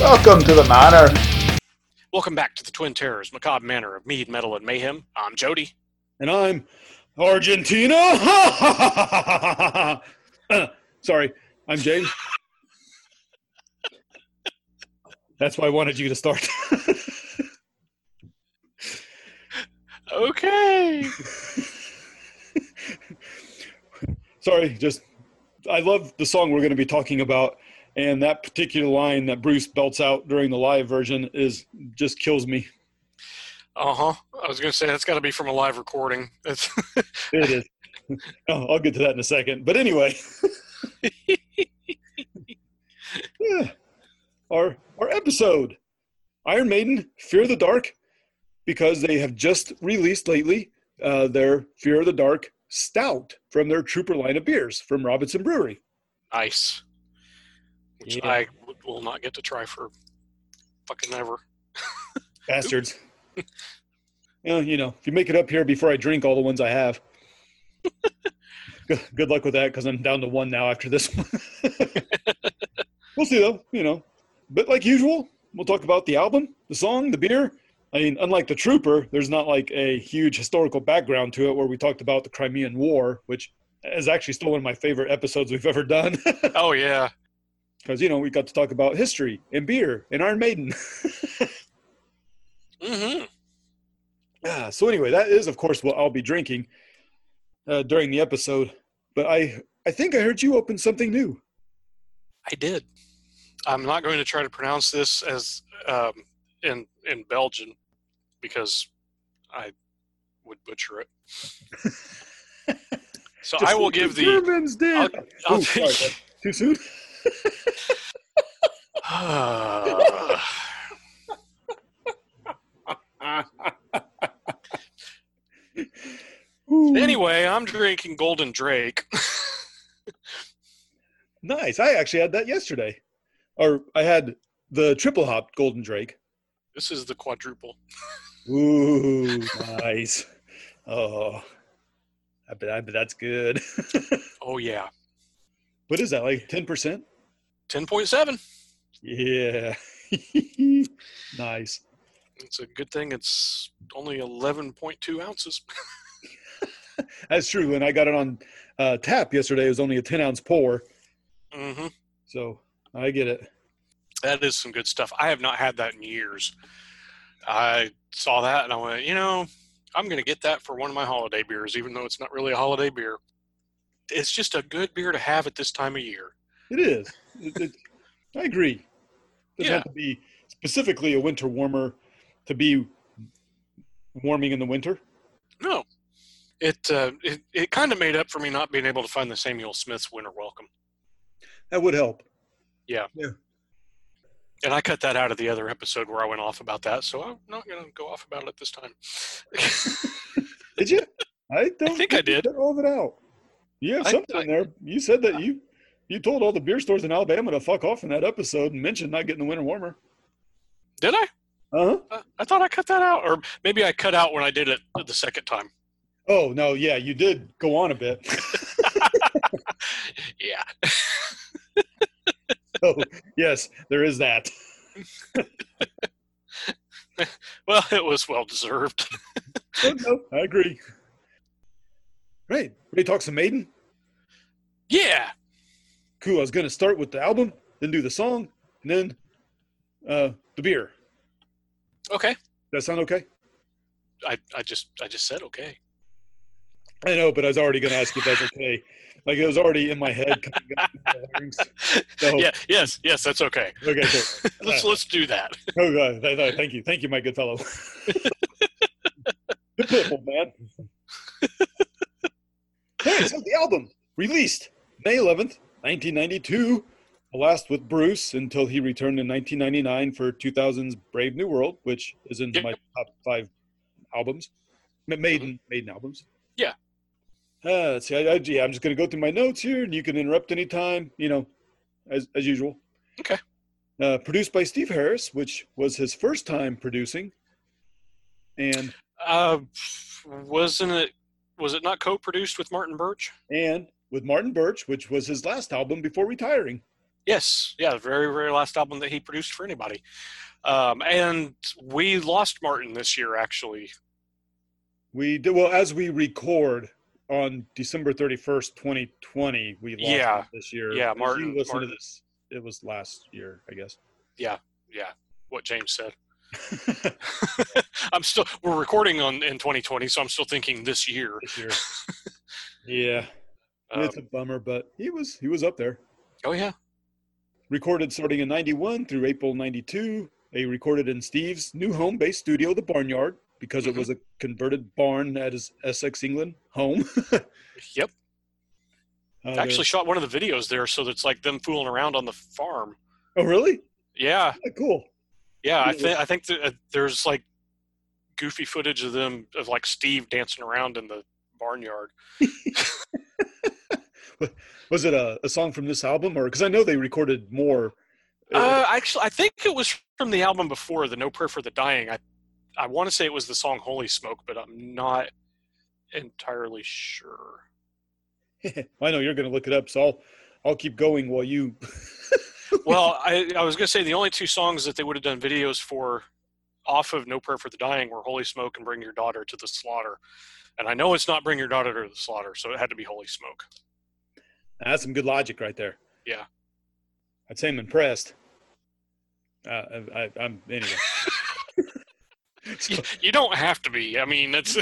Welcome to the Manor. Welcome back to the Twin Terrors, macabre manor of mead, metal, and mayhem. I'm Jody. and I'm Argentina. Sorry, I'm James. That's why I wanted you to start. Okay. Sorry, just I love the song we're going to be talking about, and that particular line that Bruce belts out during the live version is just kills me. Uh huh. I was gonna say that's got to be from a live recording. That's It is. oh, I'll get to that in a second. But anyway, Yeah. our our episode, Iron Maiden, Fear of the Dark, because they have just released lately uh, their Fear of the Dark Stout from their Trooper line of beers from Robinson Brewery. ice, which Yeah. I w- will not get to try for fucking ever. Bastards. Yeah, you know, if you make it up here before I drink all the ones I have. good, good luck with that because I'm down to one now after this one. we'll see though, you know. But like usual, we'll talk about the album, the song, the beer. I mean, unlike the Trooper, there's not like a huge historical background to it where we talked about the Crimean War, which is actually still one of my favorite episodes we've ever done Oh yeah. because, you know, we got to talk about history and beer and Iron Maiden. Mm-hmm. Ah, so anyway, that is of course what I'll be drinking uh, during the episode. But I I think I heard you open something new. I did. I'm not going to try to pronounce this as um, in in Belgian because I would butcher it. so I Just will like give the. Germans did. I'll, I'll Ooh, sorry, take- bud. Too soon. Ah. Ooh, anyway, I'm drinking Golden Drake. nice. I actually had that yesterday, or I had the triple hop golden drake. This is the quadruple. Ooh, nice. Oh, I bet I bet that's good. Oh yeah, what is that like? Ten percent? ten point seven. Yeah. nice. It's a good thing it's only eleven point two ounces. That's true. When I got it on uh, tap yesterday, it was only a 10 ounce pour. hmm So I get it. That is some good stuff. I have not had that in years. I saw that and I went, you know, I'm going to get that for one of my holiday beers, even though it's not really a holiday beer. It's just a good beer to have at this time of year. It is. It- it- I agree. It doesn't Yeah. have to be specifically a winter warmer to be warming in the winter. No, it uh, it, it kind of made up for me not being able to find the Samuel Smith's Winter Welcome, That would help. and I cut that out of the other episode where I went off about that. So I'm not going to go off about it this time. Did you? I don't think I you did. cut All of it out. Yeah, I- something I- in there. You said that you you told all the beer stores in Alabama to fuck off in that episode and mentioned not getting the winter warmer. Did I? Uh huh. Uh, I thought I cut that out, or maybe I cut out when I did it the second time. Oh no, yeah, you did go on a bit. Yeah. so Oh, yes, there is that. Well, it was well deserved. Oh, no, I agree. Right. Ready to talk some Maiden? Yeah. Cool. I was going to start with the album, then do the song, and then uh, the beer. Okay. Does that sound okay? I, I just I just said okay. I know, but I was already going to ask you if that's okay. Like it was already in my head. coming up in my larynx. So, Yeah. Yes. Yes. That's okay. Okay. Cool. Let's let's do that. Oh, God. Th- th- Thank you. Thank you, my good fellow. good people, man. Alright, so the album released May 11th, 1992. The last with Bruce until he returned in 1999 for 2000's Brave New World, which is in Yeah. my top five albums, Ma- Maiden Maiden albums. Mm-hmm. Yeah. Uh, let's see, I, I, yeah, I'm just going to go through my notes here, and you can interrupt anytime. You know, as as usual. Okay. Uh, produced by Steve Harris, which was his first time producing, and Uh, wasn't it? Was it not co-produced with Martin Birch? and with Martin Birch, which was his last album before retiring. Yes, yeah, the very very last album that he produced for anybody. Um, and we lost Martin this year, actually. We do well as we record on December thirty first, twenty twenty. We lost Yeah. him this year. Yeah, As Martin- You listen Martin. to this. It was last year, I guess. Yeah, what James said. I'm still we're recording on in 2020, so I'm still thinking this year. this year. yeah, Um, it's a bummer, but he was he was up there. oh yeah, Recorded starting in 91 through April 92. They recorded in Steve's new home based studio, the Barnyard, because Mhm. it was a converted barn at his Essex, England home. Uh, yep. they're- Actually, shot one of the videos there, so it's like them fooling around on the farm. Oh, really? Yeah, Yeah, cool. yeah. I Yeah. think I think that, uh, there's like goofy footage of them of like Steve dancing around in the barnyard. Was it a, a song from this album? or Because I know they recorded more. Uh, actually, I think it was from the album before, the No Prayer for the Dying. I I want to say it was the song Holy Smoke, but I'm not entirely sure. I know you're going to look it up, so I'll, I'll keep going while you. well, I, I was going to say the only two songs that they would have done videos for off of No Prayer for the Dying were Holy Smoke and Bring Your Daughter to the Slaughter. And I know it's not Bring Your Daughter to the Slaughter, so it had to be Holy Smoke. That's some good logic right there. Yeah. I'd say I'm impressed. Uh, I, I, I'm anyway. You, you don't have to be. I mean, that's.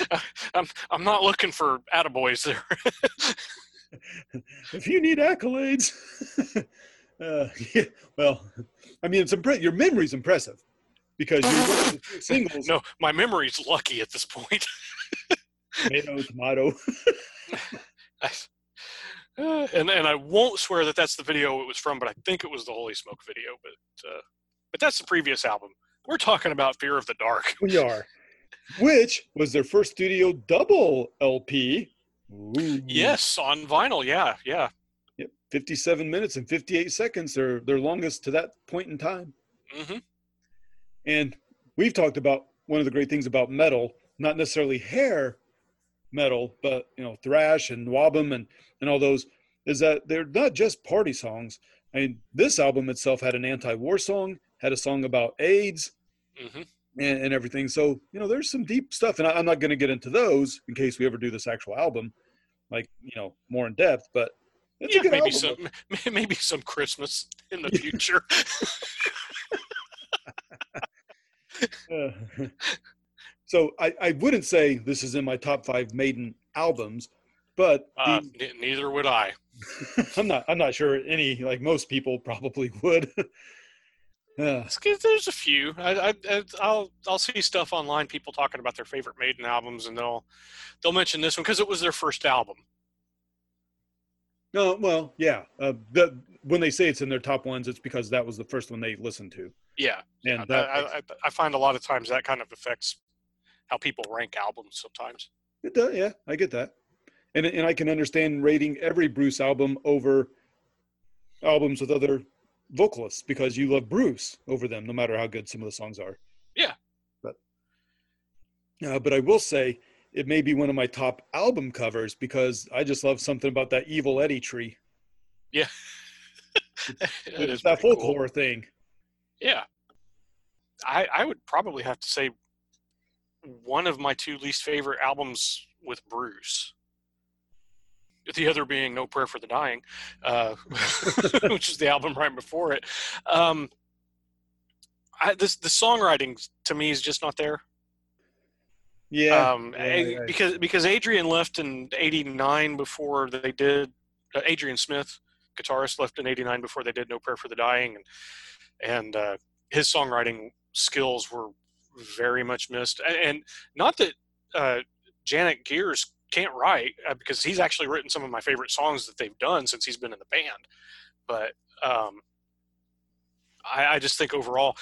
I'm, I'm not looking for attaboys there. if you need accolades, uh, yeah, well, I mean, it's impre- your memory's impressive because you're one of the few singles. no, my memory's lucky at this point. Tomato, tomato. I, uh, and and I won't swear that that's the video it was from, but I think it was the Holy Smoke video. But uh, but that's the previous album. We're talking about Fear of the Dark. We are, which was their first studio double LP. Ooh. Yes, on vinyl. Yeah, yeah. Yep. 57 minutes and 58 seconds, their, their longest to that point in time. hmm And we've talked about one of the great things about metal, not necessarily hair metal, but you know, thrash and wabum and and all those, is that they're not just party songs. I mean, this album itself had an anti-war song, had a song about AIDS hmm and, and everything. So you know, there's some deep stuff, and I, I'm not going to get into those in case we ever do this actual album, like you know, more in depth. But it's Yeah, a good maybe some album. m- maybe some Christmas in the future. Uh, so I, I wouldn't say this is in my top five Maiden albums, but Uh, the- n- neither would I. I'm not I'm not sure any like most people probably would. Uh, It's 'cause There's a few. I, I, I- I'll I'll see stuff online. People talking about their favorite Maiden albums, and they'll they'll mention this one because it was their first album. no, well, yeah. Uh, the, when they say it's in their top ones, it's because that was the first one they listened to, Yeah, and I, that, I, I- I find a lot of times that kind of affects how people rank albums sometimes. it does, yeah, I get that, and and I can understand rating every Bruce album over albums with other vocalists because you love Bruce over them, no matter how good some of the songs are. Yeah. but uh, but I will say it may be one of my top album covers because I just love something about that evil Eddie tree. It it's is that pretty cool. folklore thing. Yeah. I I would probably have to say one of my two least favorite albums with Bruce. The other being No Prayer for the Dying, uh, which is the album right before it. Um, I, this the songwriting to me is just not there. Yeah, um, yeah, a- yeah. because because Adrian left in '89 before they did. Uh, Adrian Smith, guitarist, left in '89 before they did "No Prayer for the Dying," and and uh, his songwriting skills were very much missed. A- And not that uh, Janet Gears can't write, uh, because he's actually written some of my favorite songs that they've done since he's been in the band. But um, I, I just think overall,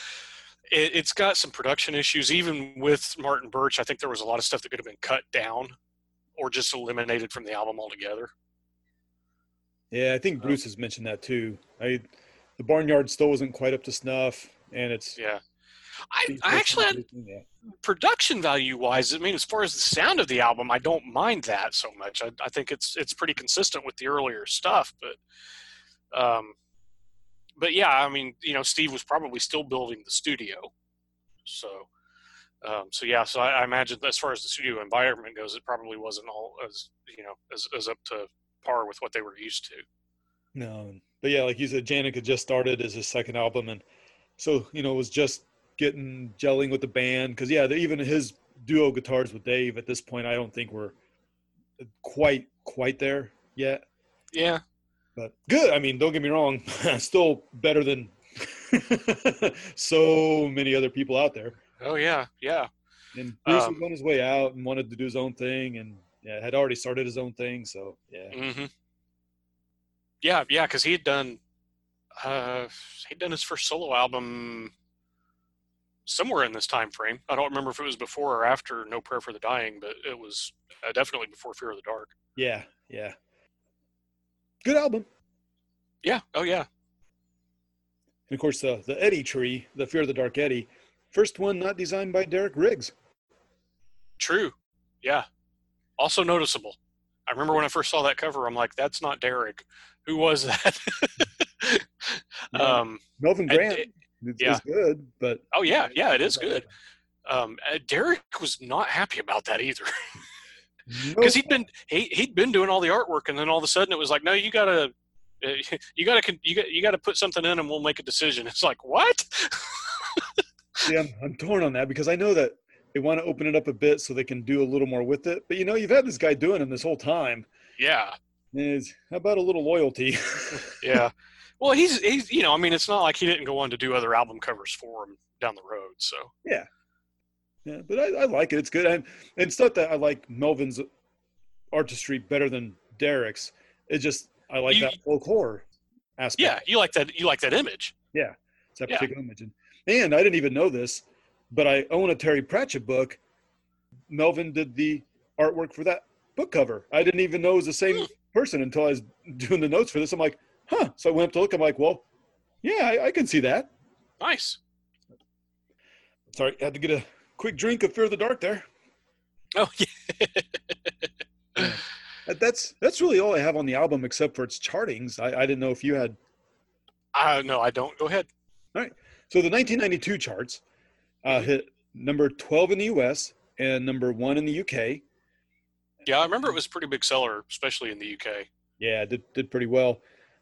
it, it's got some production issues. Even with Martin Birch, I think there was a lot of stuff that could have been cut down or just eliminated from the album altogether. yeah. I think uh, Bruce has mentioned that too. I, the barnyard still wasn't quite up to snuff, and it's Yeah. I, I actually, yeah. production value wise, I mean, as far as the sound of the album, I don't mind that so much. I, I think it's it's pretty consistent with the earlier stuff, but Um, but yeah, I mean, you know, Steve was probably still building the studio. So, um, so yeah, so I, I imagine as far as the studio environment goes, it probably wasn't all as, you know, as, as up to par with what they were used to. No, Um, but yeah, like you said, Janica just started as his second album, and so you know it was just getting gelling with the band because yeah, the- even his duo guitars with Dave at this point, I don't think were quite quite there yet. Yeah. But good. I mean, don't get me wrong, still better than so many other people out there. Oh yeah. Yeah. And Bruce Um, was on his way out and wanted to do his own thing, and yeah, had already started his own thing. So yeah, hmm Yeah, yeah, because he had done uh, he'd done his first solo album somewhere in this time frame. I don't remember if it was before or after No Prayer for the Dying, but it was uh, definitely before Fear of the Dark. yeah, yeah. Good album. Yeah. Oh yeah. And of course, the the Eddie tree, the Fear of the Dark Eddie, first one not designed by Derek Riggs. True. Yeah. Also noticeable. I remember when I first saw that cover, I'm like, "That's not Derek. Who was that?" um, Uh, Melvin I- Grant it- is, yeah. is good, but oh yeah, yeah, it is good. Um, uh, Derek was not happy about that either. Nope. because he'd been he he'd been doing all the artwork, and then all of a sudden it was like, no, you gotta, uh, you gotta, con- you got you gotta put something in, and we'll make a decision. It's like what? See, I'm, I'm torn on that because I know that they want to open it up a bit so they can do a little more with it. But you know, you've had this guy doing them this whole time. yeah, Is how about a little loyalty? yeah. Well, he's he's you know, I mean, it's not like he didn't go on to do other album covers for him down the road. So yeah, but I, I like it. It's good. And and it's not that I like Melvin's artistry better than Derek's. It just I like You- that folk horror aspect. yeah, you like that you like that image. It's that Yeah. particular image. And- And I didn't even know this, but I own a Terry Pratchett book. Melvin did the artwork for that book cover. I didn't even know it was the same Hmm. person until I was doing the notes for this. I'm like, huh. So I went up to look. I'm like, well, yeah, I, I can see that. Nice. Sorry, had to get a quick drink of Fear of the Dark there. Oh yeah. That- That's that's really all I have on the album except for its chartings. I, I didn't know if you had I no, I don't. Go ahead. So the 1992 charts uh, hit number 12 in the U.S. and number one in the U.K. Yeah, I remember it was a pretty big seller, especially in the UK. Yeah, it did did pretty well.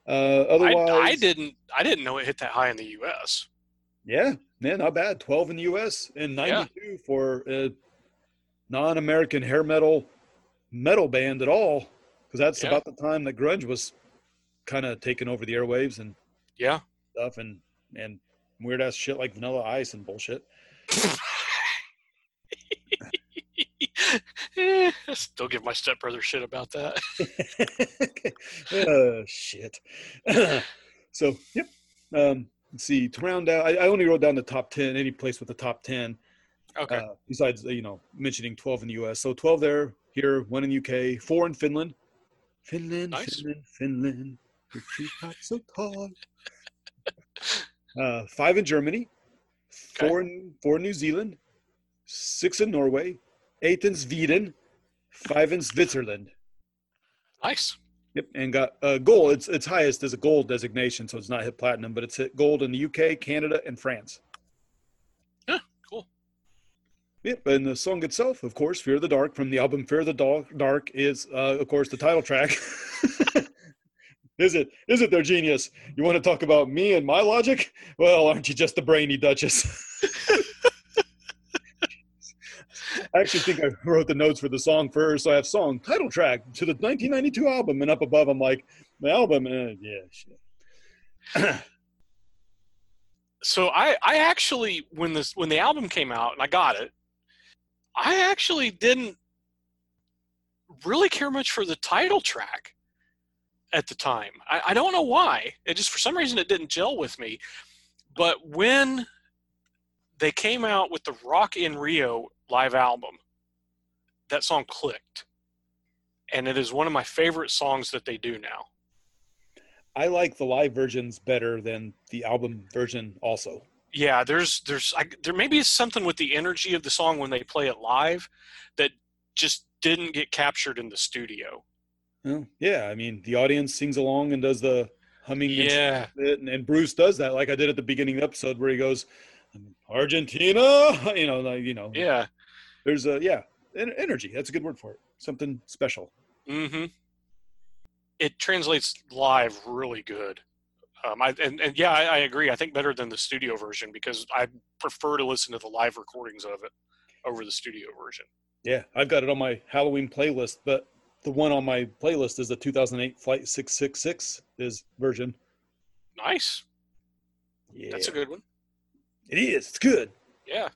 Uh, I, otherwise, I didn't I didn't know it hit that high in the US. Yeah, man, not bad. Twelve in the U.S. and Yeah. ninety-two for a non-American hair metal metal band at all, because that's Yeah. about the time that grunge was kind of taking over the airwaves and Yeah. stuff, and and weird ass shit like Vanilla Ice and bullshit. Eh, I still give my stepbrother shit about that. uh, shit. so, yep. Um, let's see. To round out, I, I only wrote down the top 10, any place with the top 10, Okay. uh, besides, uh, you know, mentioning 12 in the US. So 12 there, here, one in UK, four in Finland. Finland, Nice. Finland, Finland. Your trees not so tall. Uh, five in Germany, Okay. four in, four in New Zealand, six in Norway, eight in Sweden, five in Switzerland. nice. Yep, and got uh, gold. It's it's highest as a gold designation, so it's not hit platinum, but it's hit gold in the UK, Canada, and France. Cool. Yep, and the song itself, of course, "Fear of the Dark" from the album "Fear of the Dol- Dark" is, uh, of course, the title track. is it? Is it their genius? You want to talk about me and my logic? Well, aren't you just the brainy Duchess? I actually think I wrote the notes for the song first. So I have song, title track to the 1992 album, and up above, I'm like, the album, uh, yeah, shit. So I, I actually when this when the album came out and I got it, I actually didn't really care much for the title track at the time. I, I don't know why. It just for some reason it didn't gel with me. But when they came out with the Rock in Rio live album, that song clicked. And it is one of my favorite songs that they do now. I like the live versions better than the album version, also. yeah there's there's I, there maybe it's something with the energy of the song when they play it live that just didn't get captured in the studio Well, yeah, I mean, the audience sings along and does the humming. and Yeah. it, and, and Bruce does that, like I did at the beginning of the episode, where he goes, "Um, "Argentina," you know, like, you know, Yeah. There's a yeah, en- energy. That's a good word for it. Something special. Mm-hmm. It translates live really good. Um, I and, and yeah, I, I agree. I think better than the studio version because I prefer to listen to the live recordings of it over the studio version. Yeah, I've got it on my Halloween playlist, but the one on my playlist is the 2008 Flight 666 is version. Nice. Yeah, That's a good one. it is. It's good. Yeah.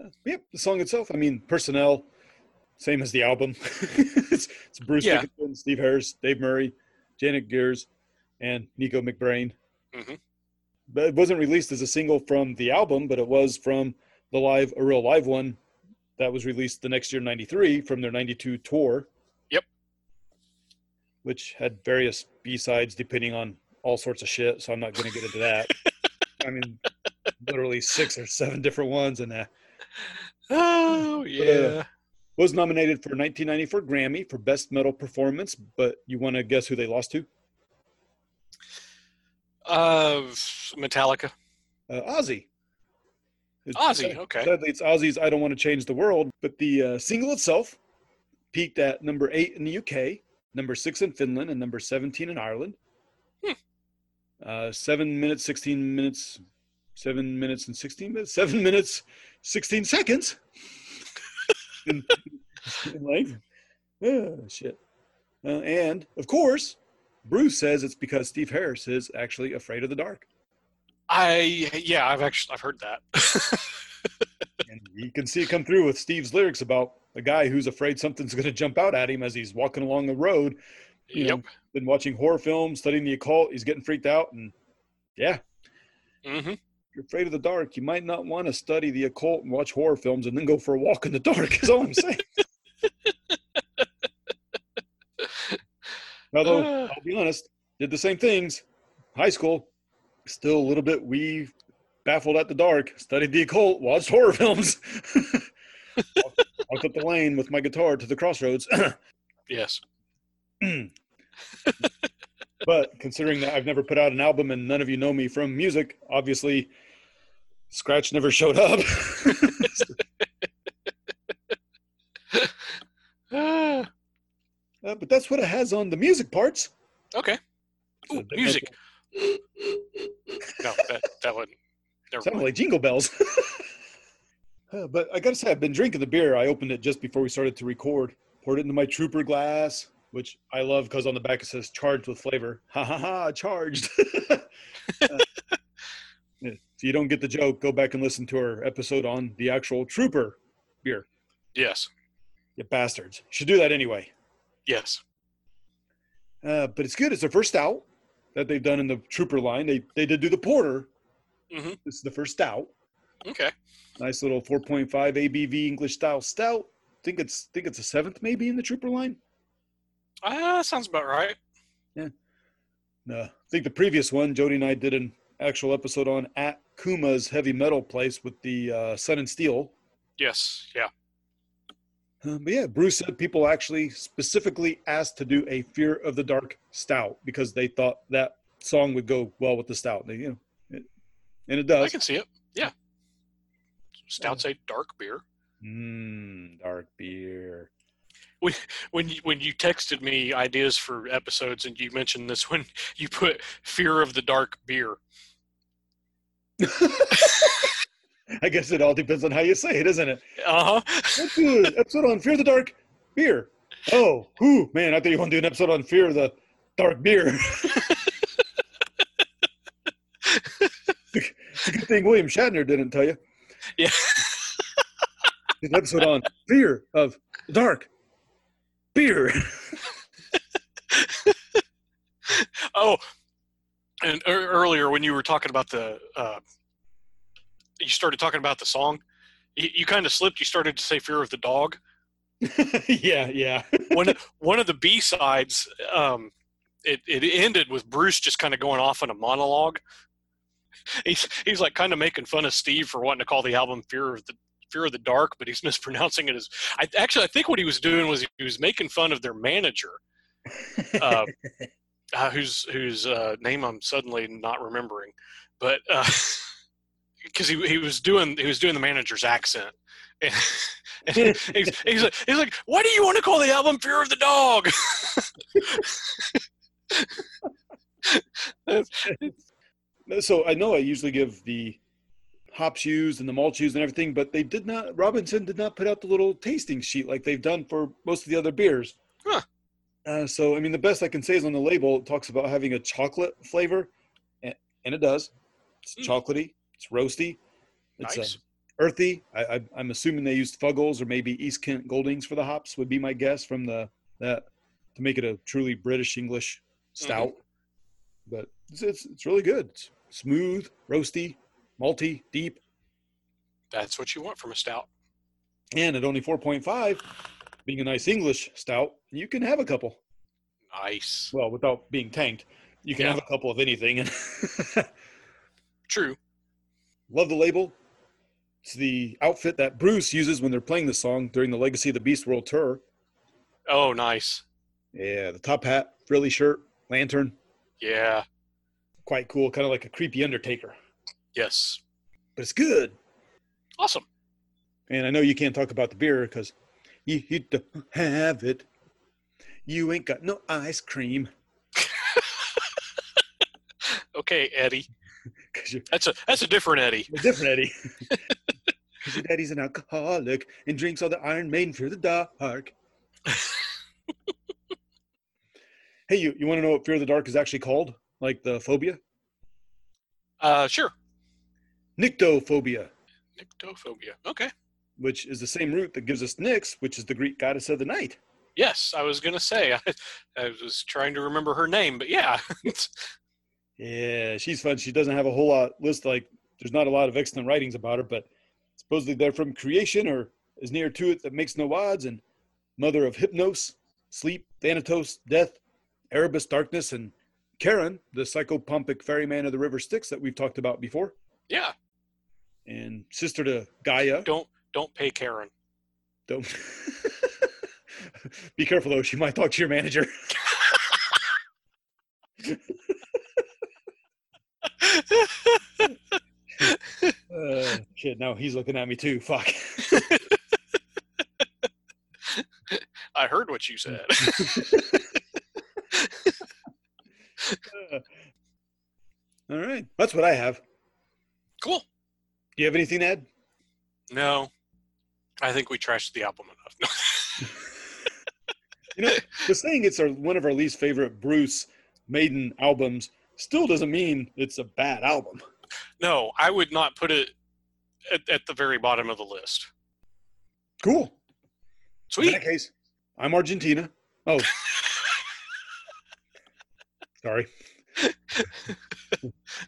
Uh, Yep, the song itself. I mean, personnel, same as the album. it's, it's Bruce Yeah. Dickinson, Steve Harris, Dave Murray, Janet Gears, and Nico McBrain. Mhm. But it wasn't released as a single from the album, but it was from the live, a real live one that was released the next year, '93, from their '92 tour. Yep. Which had various B sides depending on all sorts of shit. So I'm not going to get into that. I mean, literally six or seven different ones, and that. Oh yeah. was nominated for 1994 Grammy for Best Metal Performance, but you want to guess who they lost to? Uh, Metallica. Uh, Ozzy. It's- Ozzy. Okay. Sadly, it's Ozzy's "I Don't Want to Change the World," but the uh, single itself peaked at number eight in the UK, number six in Finland, and number 17 in Ireland. Hmm. Uh, seven minutes, 16 minutes, seven minutes and 16 minutes, seven minutes, 16 seconds in, in length. Oh, shit. Uh, and of course, Bruce says it's because Steve Harris is actually afraid of the dark. I yeah, I've actually I've heard that. and you can see it come through with Steve's lyrics about a guy who's afraid something's going to jump out at him as he's walking along the road. You yep. know, been watching horror films, studying the occult. He's getting freaked out, and yeah, if Mm-hmm. you're afraid of the dark. You might not want to study the occult and watch horror films, and then go for a walk in the dark. Is all I'm saying. Although Uh. I'll be honest, did the same things. High school, still a little bit we baffled at the dark. Studied the occult, watched horror films. walked, walked up the lane with my guitar to the crossroads. Yes. but considering that I've never put out an album and none of you know me from music, obviously Scratch never showed up. Uh, Uh, but that's what it has on the music parts. okay. Ooh, music. No, that that would. Never Sounded mind. like jingle bells. Uh, but I gotta say, I've been drinking the beer. I opened it just before we started to record. Poured it into my trooper glass, which I love because on the back it says "charged with flavor." Ha ha ha! Charged. Uh, if you don't get the joke, go back and listen to our episode on the actual trooper beer. Yes. You bastards should do that anyway. Yes. Uh, but it's good. It's their first stout that they've done in the trooper line. They they did do the porter. Mhm. This is the first stout. Okay. Nice little 4.5 ABV English style stout. Think it's think it's a seventh maybe in the Trooper line. Ah, sounds about right. No, I think the previous one Jody and I did an actual episode on at Kuma's heavy metal place with the uh, Sun and Steel. Yes. Yeah. Uh, but yeah, Bruce said people actually specifically asked to do a Fear of the Dark stout because they thought that song would go well with the stout. They, you know, it, and it I does. can see it. Yeah. Stouts a dark beer. Mmm, dark beer. When you, when you texted me ideas for episodes and you mentioned this one, you put fear of the dark beer. I guess it all depends on how you say it, isn't it? Uh huh. Let's do an episode on Fear of the Dark Beer. Oh, whoo, man, I thought you want to do an episode on Fear of the Dark Beer. it's a good thing William Shatner didn't tell you. Yeah. Did an episode on Fear of the Dark Beer. Oh, and ear earlier when you were talking about the, uh, you started talking about the song. You, you kind of slipped. You started to say "Fear of the Dog." yeah, yeah. one one of the B sides, um, it it ended with Bruce just kind of going off on a monologue. He's he's like kind of making fun of Steve for wanting to call the album "Fear of the Fear of the Dark," but he's mispronouncing it as. I actually I think what he was doing was he was making fun of their manager. Uh, uh, whose whose uh, name I'm suddenly not remembering, but because he, he was doing he was doing the manager's accent. And, and he's, he's, like, he's like, why do you want to call the album Fear of the Dog? so I know I usually give the hop shoes and the malt shoes and everything, but they did not. Robinson did not put out the little tasting sheet like they've done for most of the other beers. Huh. Uh, so I mean, the best I can say is on the label it talks about having a chocolate flavor, and, and it does. It's Mm. chocolatey. It's roasty. It's uh, nice. earthy. I, I, I'm assuming they used Fuggles or maybe East Kent Goldings for the hops would be my guess from the that to make it a truly British English stout. But it's, it's it's really good. It's smooth, roasty, malty, deep, That's what you want from a stout. and at only 4.5, being a nice English stout, you can have a couple. Nice. Well, without being tanked, you can Yeah. have a couple of anything. True. Love the label. It's the outfit that Bruce uses when they're playing the song during the Legacy of the Beast World Tour. Oh, nice. Yeah, the top hat, frilly shirt, lantern. Yeah. Quite cool, kind of like a creepy Undertaker, Yes. but it's good. Awesome. And I know you can't talk about the beer because you, you don't have it. You ain't got no ice cream Okay, Eddie. because you're That's a that's a different Eddie. you're different, Eddie. Because your daddy's an alcoholic and drinks all the Iron Maiden Fear the Dark. hey, you, you want to know what Fear of the Dark is actually called? Like the phobia? Uh, sure. Nyctophobia, Nyctophobia. Okay. which is the same root that gives us Nyx, which is the Greek goddess of the night. Yes, I was gonna say. I, I was trying to remember her name, but yeah. It's- Yeah, she's fun. She doesn't have a whole lot list. Like, there's not a lot of excellent writings about her, but supposedly they're from creation or is near to it that makes no odds, and mother of Hypnos, sleep, Thanatos, death, Erebus, darkness, and Charon, the psychopompic ferryman of the river Styx that we've talked about before, yeah. and sister to Gaia. Don't don't pay Karen. Don't. Be careful though; she might talk to your manager. Uh, shit, now he's looking at me too. Fuck. I heard what you said. All right, that's what I have. cool. Do you have anything to add? No, I think we trashed the album enough. You know, the saying it's our, one of our least favorite Bruce Maiden albums still doesn't mean it's a bad album. no, I would not put it at, at the very bottom of the list. Cool. In Sweet. that case, I'm Argentina. Oh. Sorry.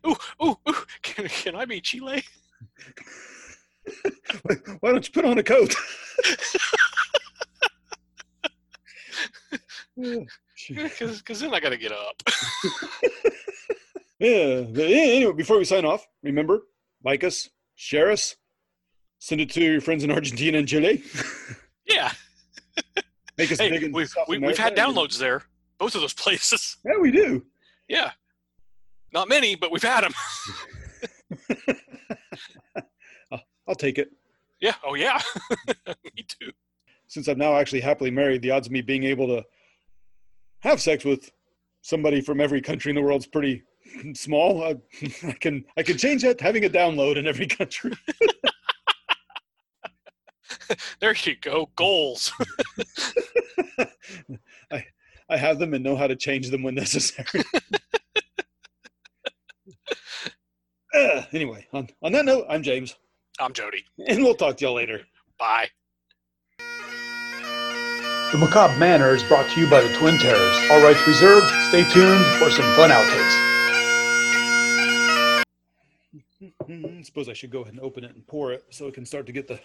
Ooh, ooh, ooh. Can, can I be Chile? Why don't you put on a coat? Because then I got to get up. Yeah. but yeah, Anyway, before we sign off, remember, like us, share us, send it to your friends in Argentina and Chile. Yeah. Make us big Hey, in we've, South we, we've America. had downloads there, both of those places. Yeah, we do. Yeah. Not many, but we've had them. I'll take it. Yeah. Oh, yeah. Me too. Since I'm now actually happily married, the odds of me being able to have sex with somebody from every country in the world is pretty small. I, I can I can change that to having a download in every country. There you go. Goals. I have them and know how to change them when necessary. Uh, anyway, on, on that note, I'm James, I'm Jody. and we'll talk to y'all later. Bye. The Macabre Manor is brought to you by the Twin Terrors. All rights reserved. Stay tuned for some fun outtakes. Mm, suppose I should go ahead and open it and pour it so it can start to get the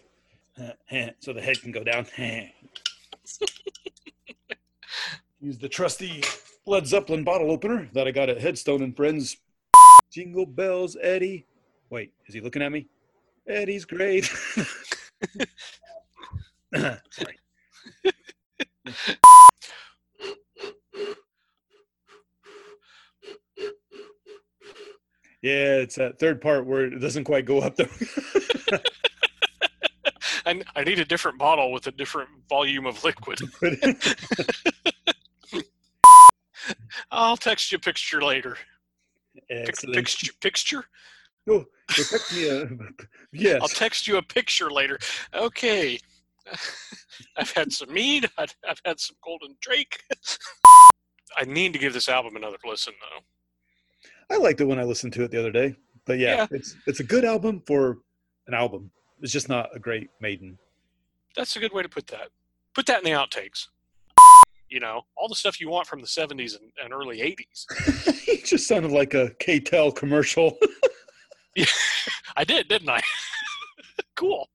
uh, eh, so the head can go down. Eh. Use the trusty Led Zeppelin bottle opener that I got at Headstone and Friends. Jingle bells, Eddie. Wait, is he looking at me? Eddie's great. Sorry. Yeah, it's that third part where it doesn't quite go up though. I, I need a different bottle with a different volume of liquid. I'll text you a picture later. Pic- Excellent. picture, picture. Oh, they text me a- yes. I'll text you a picture later. Okay. I've had some mead. I've, I've had some Golden Drake. I need to give this album another listen, though. I liked it when I listened to it the other day. But yeah, Yeah. it's it's a good album for an album. It's just not a great maiden. That's a good way to put that. Put that in the outtakes. You know, all the stuff you want from the 70s and, and early 80s. it just sounded like a KTEL commercial. I did, didn't I? cool.